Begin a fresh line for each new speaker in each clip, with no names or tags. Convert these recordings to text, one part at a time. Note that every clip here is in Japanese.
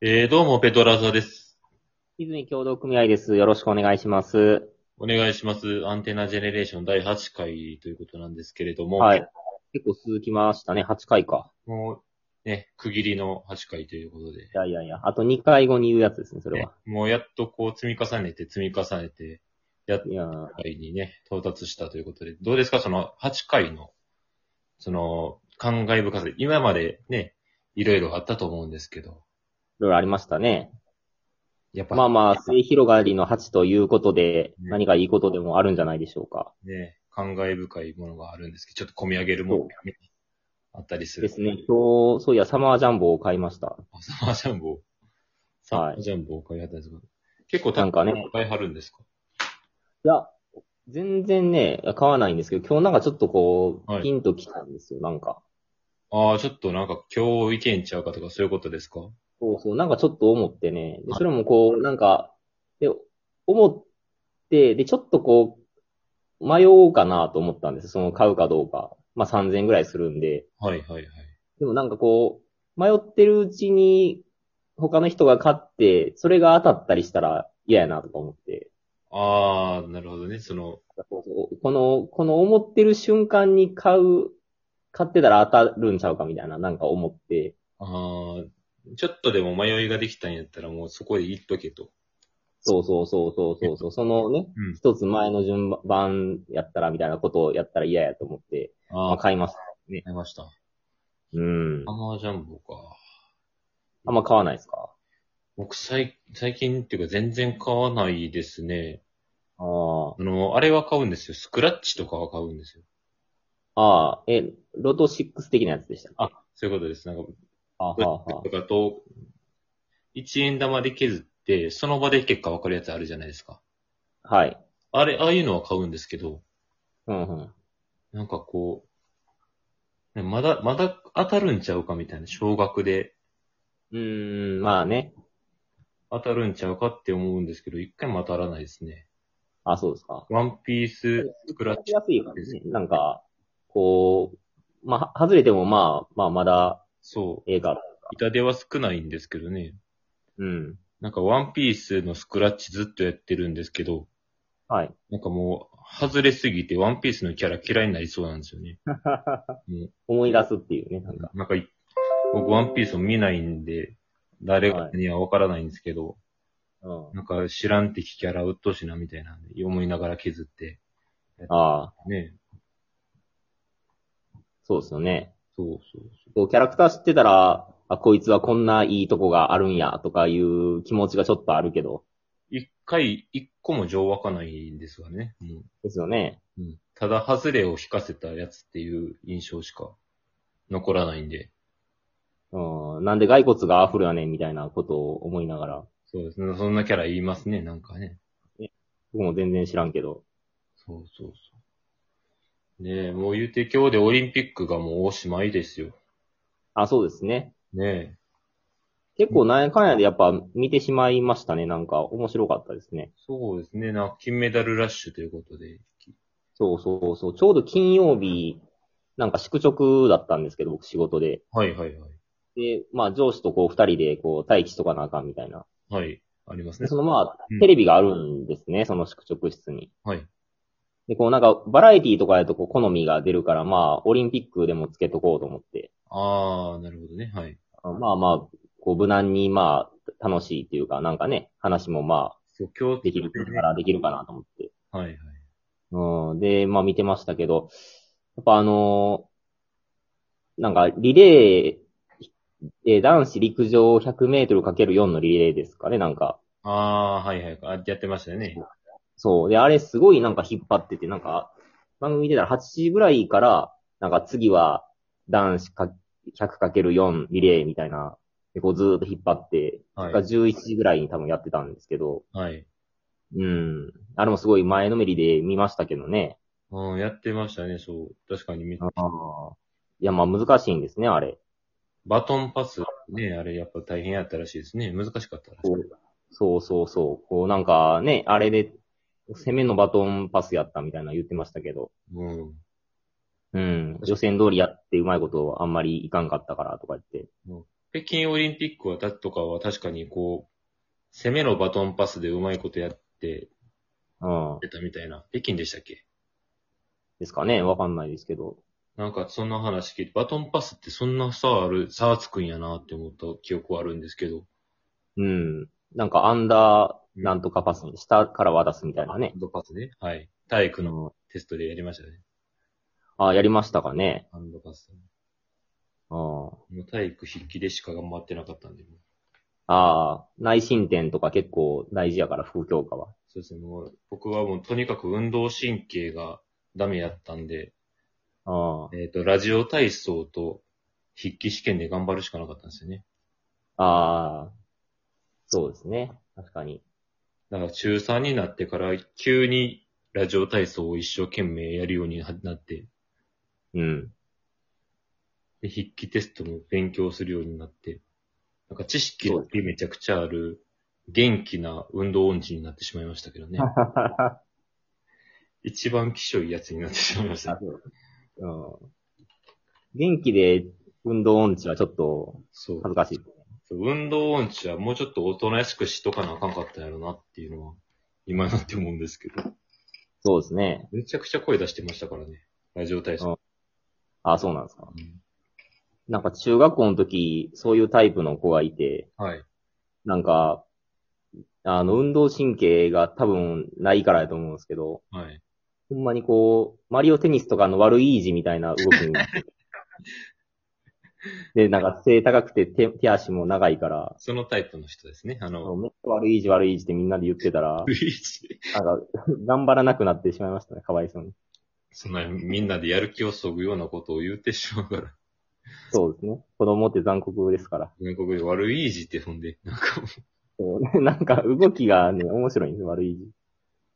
えー、どうも、ペトラザです。
泉協同組合です。よろしくお願いします。
お願いします。アンテナジェネレーション第8回ということなんですけれども、
はい。結構続きましたね。8回か。
もう、ね、区切りの8回ということで、
いやいやいや。あと2回後に言うやつですね、それ
ね
は。、
もうやっとこう積み重ねて積み重ねて、やっと
いやー
回にね、到達したということで、どうですかその8回の、その、感慨深さ。今までね、いろいろあったと思うんですけど、
いろいろありましたね。
やっぱ、
まあまあ、末広がりの8ということで、
うん
何かいいことでもあるんじゃないでしょうか。
ね、感慨深いものがあるんですけど、ちょっと込み上げるものがねあったりする。
で すね。今日、そういや、サマージャンボを買いました。
あサマージャンボ。サマージャンボを買いはったんですか、結構
なんかね
買いはるんですか
いや、全然ね、買わないんですけど、今日なんかちょっとこ
は
う、
い
ピンときたんですよ、なんか。
ああ、ちょっとなんか今日意見ちゃうかとかそういうことですか
そうそう、なんかちょっと思ってね。で、
はい
それもこう、なんか、で、思って、で、ちょっとこう、迷おうかなと思ったんです。その買うかどうか。まあ3000円ぐらいするんで。
はいはいはい。
でもなんかこう、迷ってるうちに、他の人が買って、それが当たったりしたら嫌やなとか思って。
ああ、なるほどね。その、
そうそうこの、この思ってる瞬間に買う、買ってたら当たるんちゃうかみたいな、なんか思って。
ああ、ちょっとでも迷いができたんやったらもうそこで言っとけと。
そうそうそうそうそうそう、そのね、
うん。
一つ前の順番やったらみたいなことをやったら嫌やと思って、ま
あ
あ、
あ、
買いました。
買いました。
うん
サ。マージャンボか。
あんま買わないですか
僕最、最近っていうか全然買わないですね。
ああ。
あの、あれは買うんですよ。スクラッチとかは買うんですよ。
ああ、え、ロト6的なやつでしたっけ
あそういうことです。なんか
あはあ、はあ
とかと、1円玉で削って、その場で結果わかるやつあるじゃないですか。
はい。
あれ、ああいうのは買うんですけど、
うんうん。
なんかこう、ねまだ、まだ当たるんちゃうかみたいな、少額で
うーん、まあね。
当たるんちゃうかって思うんですけど、一回も当たらないですね。
あ、そうですか。
ワンピーススクラッチ。
安いからね。なんか、こう、まあ、外れてもまあ、まあ、まだ、
そ
ええから。
う。痛手は少ないんですけどね。
うん。
なんかワンピースのスクラッチずっとやってるんですけど、
はい。
なんかもう、外れすぎてワンピースのキャラ嫌いになりそうなんですよね。
思い出すっていうね、なんか。
なんかい、僕ワンピースを見ないんで、誰がにはわからないんですけど、
うん。
なんか知らん敵キャラうっとうしいなみたいなんで、思いながら削って、
ああ、
ね。
そうですよね。
そうそうそ
こうキャラクター知ってたら、あ、こいつはこんないいとこがあるんや、とかいう気持ちがちょっとあるけど、
う。一回、一個も情湧かないんですわね。うん。
ですよね。
うん、ただ、ハズレを引かせたやつっていう印象しか残らないんで。
うん、なんで骸骨がアフロやねん、みたいなことを思いながら、
そうですね。そんなキャラ言いますね、なんかね。
僕も全然知らんけど。
そうそうそう。ねえ、もう言うて今日でオリンピックがもうおしまいですよ。
あ、そうですね。
ねえ。
結構なんやかんやでやっぱ見てしまいましたね。なんか面白かったですね。
そうですね。なんか金メダルラッシュということで。
そうそうそう。ちょうど金曜日、なんか宿直だったんですけど、僕仕事で。
はいはいはい。
で、まあ上司とこう二人でこう待機しとかなあかんみたいな。
はい。あります
で、
ね。
そのまあ
うん、
テレビがあるんですね、その宿直室に。
はい。
で、こうなんか、バラエティとかやとこう、好みが出るから、まあ、オリンピックでもつけとこうと思って、
ああ、なるほどね。はい。
あまあまあ、こう、無難に、まあ、楽しいっていうか、なんかね、話もまあ、
そう、今日
できるからできるかなと思って。
はいはい。
うん、で、まあ見てましたけど、やっぱあのーなんか、リレー、えー男子陸上100メートル ×4 のリレーですかね、なんか。
ああー、はいはい。あ、やってましたよね。
そう。で、あれすごいなんか引っ張ってて、なんか、番組見てたら8時ぐらいから、なんか次は男子か 100×4 リレーみたいな、でこうずーっと引っ張って、
はい
が。11時ぐらいに多分やってたんですけど、
はい。
うん。あれもすごい前のめりで見ましたけどね。
うん、やってましたね、そう。確かに見
あーいや、まあ難しいんですね、あれ。
バトンパス、ね、あれやっぱ大変やったらしいですね。難しかったらしい。
そうそうそうそう。こうなんかね、あれで、攻めのバトンパスやったみたいなの言ってましたけど、
うん。
うん。予選通りやってうまいことあんまりいかんかったからとか言って。
北京オリンピックは、だとかは確かにこう、攻めのバトンパスでうまいことやって
うん。
出たみたいな。北京でしたっけ
ですかね。わかんないですけど。
なんかそんな話聞いて、バトンパスってそんな差ある、差つくんやなって思った記憶はあるんですけど。
うん。なんか、アンダー、なんとかパスに下から渡すみたいなね。
ハンドパスね。はい。体育の
うん
テストでやりましたね。
あ、やりましたかね。
ハンドパス。
うん。
もう体育筆記でしか頑張ってなかったんで、もう
ああ、内申点とか結構大事やから、副教科は。
そうですね。もう僕はもうとにかく運動神経がダメやったんで、
あ
えっ、と、ラジオ体操と筆記試験で頑張るしかなかったんですよね。
あ、ああ、そうですね。確かに。
だから中3になってから急にラジオ体操を一生懸命やるようになって、
うん。
で筆記テストも勉強するようになって、なんか知識だけめちゃくちゃある元気な運動音痴になってしまいましたけどね。一番きしょいやつになってしまいました。
うん。元気で運動音痴はちょっと
そう。
恥ずかしい。
運動音痴はもうちょっと大人しくしとかなあかんかったんやろなっていうのは、今になって思うんですけど。
そうですね。
めちゃくちゃ声出してましたからね。ラジオ体操。
ああ、そうなんですか。
うん
なんか中学校の時、そういうタイプの子がいて、
はい。
なんか、あの、運動神経が多分ないからやと思うんですけど、
はい。
ほんまにこう、マリオテニスとかの悪いイージみたいな動きになって。で、なんか背高くて手手足も長いから、
そのタイプの人ですね。あの、
めっちゃ悪いイージ悪いイージってみんなで言ってたら、
ルイージ
なんか 頑張らなくなってしまいましたね、かわいそうに。
そんなみんなでやる気をそぐようなことを言ってしまうから。
そうですね。子供って残酷ですから。
全国で悪いイージって踏んで、なんかもう、
そう なんか動きがね、面白いんですよ、悪い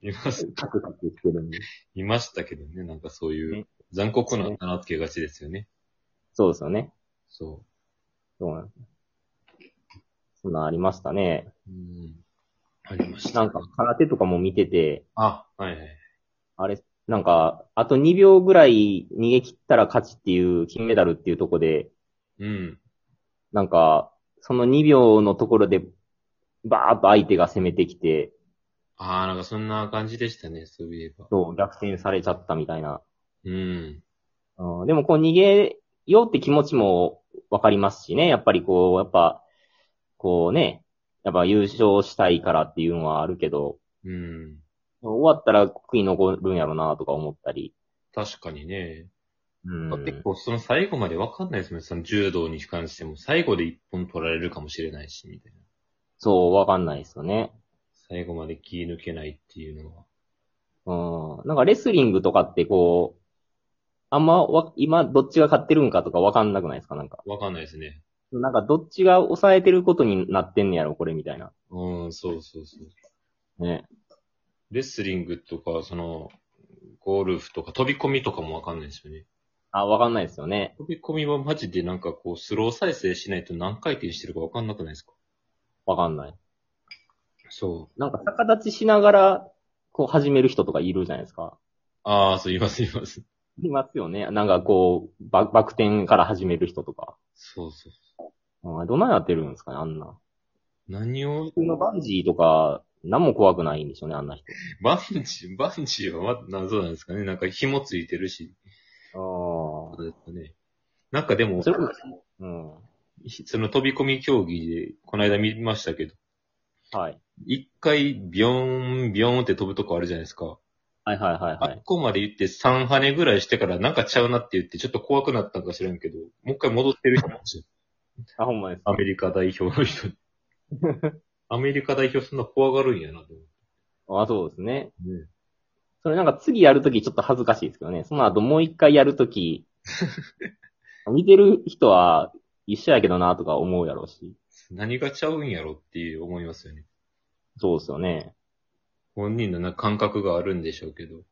イー
います
ジ。カクカクしてるんで。
いましたけどね。なんかそういう
ね
残酷なだなっていうがちですよね。
そうですよね。
そ
そうなんです。そんなんありましたね。
う。うん。ありました。
なんか空手とかも見てて、
あ、はいはい。
あれ、なんか、あと2秒ぐらい逃げ切ったら勝ちっていう、金メダルっていうとこで、
うん。
なんか、その2秒のところで、バーっと相手が攻めてきて、
ああ、なんかそんな感じでしたね、そういえば。
そう、逆転されちゃったみたいな。
うん。
うん、でも、こう逃げようって気持ちもわかりますしね、やっぱりこう、やっぱ、こうね、やっぱ優勝したいからっていうのはあるけど、
うん。
終わったら悔い残るんやろなとか思ったり。
確かにね。
うん。
結構その最後までわかんないですもんね。その柔道に関しても最後で一本取られるかもしれないし、みたいな。
そう、わかんないですよね。
最後まで気抜けないっていうのは。
うん。なんかレスリングとかってこう、あんまわ、今どっちが勝ってるんかとかわかんなくないですかなんか。
わかんないですね。
なんかどっちが抑えてることになってんねやろこれみたいな。
うん、そうそうそう。
ね。
レスリングとか、その、ゴルフとか、飛び込みとかもわかんないですよね。
あ、わかんないですよね。
飛び込みはマジでなんかこう、スロー再生しないと何回転してるかわかんなくないですか
わかんない。
そう。
なんか逆立ちしながら、こう始める人とかいるじゃないですか。
ああ、そう、います、います。
いますよね。なんかこう、ババク転から始める人とか。
そうそう。
うん、どんなんやってるんですかね、あんな。
何を、
普通のバンジーとか、何も怖くないんでしょうね、あんな人。
バンジー、バンジーはま謎なんですかね。なんか紐ついてるし。
あ
そうですかね。なんかでも、
それ
そ
こあ。うん。
の飛び込み競技で、この間見ましたけど、
はい。
一回ビョン、ビョンって飛ぶとこあるじゃないですか。
はいはいはいは
あっ
い。
こまで行って3跳ねぐらいしてからなんかちゃうなって言ってちょっと怖くなったんか知らんけど、もう一回戻ってる人もいますよ
あ、ほんまです。
アメリカ代表の 人。アメリカ代表そんな怖がるんやなと思
あ、そうですね。
ってね。
それなんか次やるときちょっと恥ずかしいですけどね。その後もう一回やるとき、見てる人は一緒やけどなとか思うやろうし。
何がちゃうんやろっていう思いますよね。
そうですよね。
本人のなんか感覚があるんでしょうけど。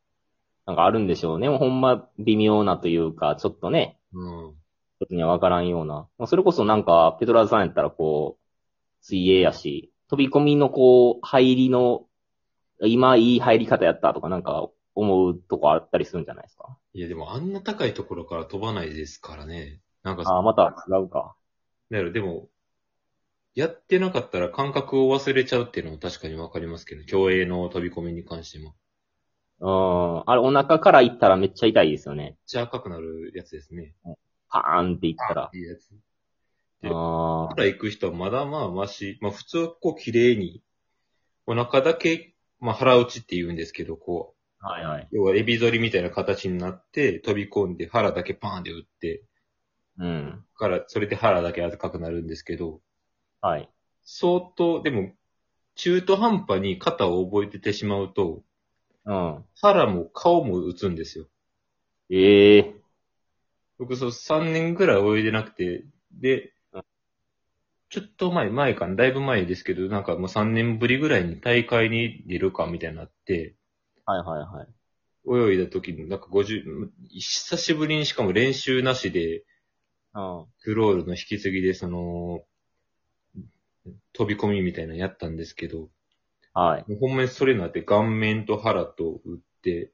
なんかあるんでしょうね。もうほんま微妙なというか、ちょっとね、
うん。
人にはわからんような。まあそれこそなんか、ペトラーズさんやったらこう、水泳やし、飛び込みのこう、入りの、今いい入り方やったとかなんか思うとこあったりするんじゃないですか。
いやでもあんな高いところから飛ばないですからね。なんか
ああ、また違うか。
なんやろ、でも、やってなかったら感覚を忘れちゃうっていうのは確かにわかりますけど、競泳の飛び込みに関しても。
うん。あれ、お腹から行ったらめっちゃ痛いですよね
めっ。ちゃ赤くなるやつですね。
パーンって行ったら。
いいやつ。で
ああ
だから行く人はまだまあマシ。まあ普通はこう綺麗に、お腹だけ、まあ腹打ちって言うんですけど、こう、
ー。はいはい。
要はエビ反りみたいな形になって、飛び込んで腹だけパーンで打って、
うん。
から、それで腹だけ赤くなるんですけど、
はい。
相当、でも、中途半端に肩を覚えててしまうと、
うん。
腹も顔も打つんですよ。
ええ
僕、そう、3年ぐらい泳いでなくて、で
うん、
ちょっと前、前かな、だいぶ前ですけど、なんかもう3年ぶりぐらいに大会に出るか、みたいになって、
はいはいはい。
泳いだ時に、なんか50、久しぶりにしかも練習なしで、
うん。
クロールの引き継ぎで、その、飛び込みみたいなのやったんですけど、
はい。
もうほんまにそれになって顔面と腹と打って、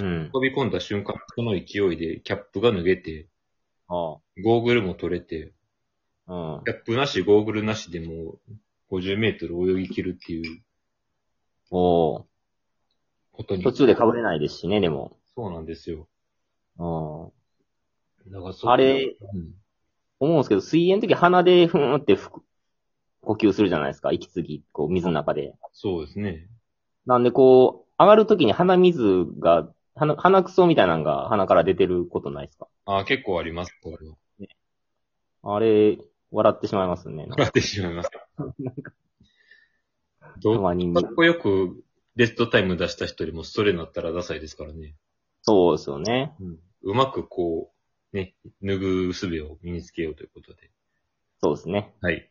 うん。
飛び込んだ瞬間、その勢いでキャップが脱げて、
あ
ゴーグルも取れて、
あ。うん。
キャップなし、ゴーグルなしでもう50メートル泳ぎ切るっていう
おー。
ことに。
途中で被れないですしね、でも。
そうなんですよ。
う
だから
ん。
そ
あれ、
うん
思うんですけど、水泳の時鼻でふーんってふ呼吸するじゃないですか。息継ぎ、こう、水の中で。
そうですね。
なんで、こう、上がる時に鼻水が、鼻、鼻くそみたいなのが鼻から出てることないですか
あー結構あります。これは
あれ、笑ってしまいますね。なんか
笑ってしまい ます。
た
ど
まに
うかっこよくベストタイム出した人よりもそれになったらダサいですからね。
そうですよね。
うまくこう、ね、脱ぐ術を身につけようということで。
そうですね。
はい。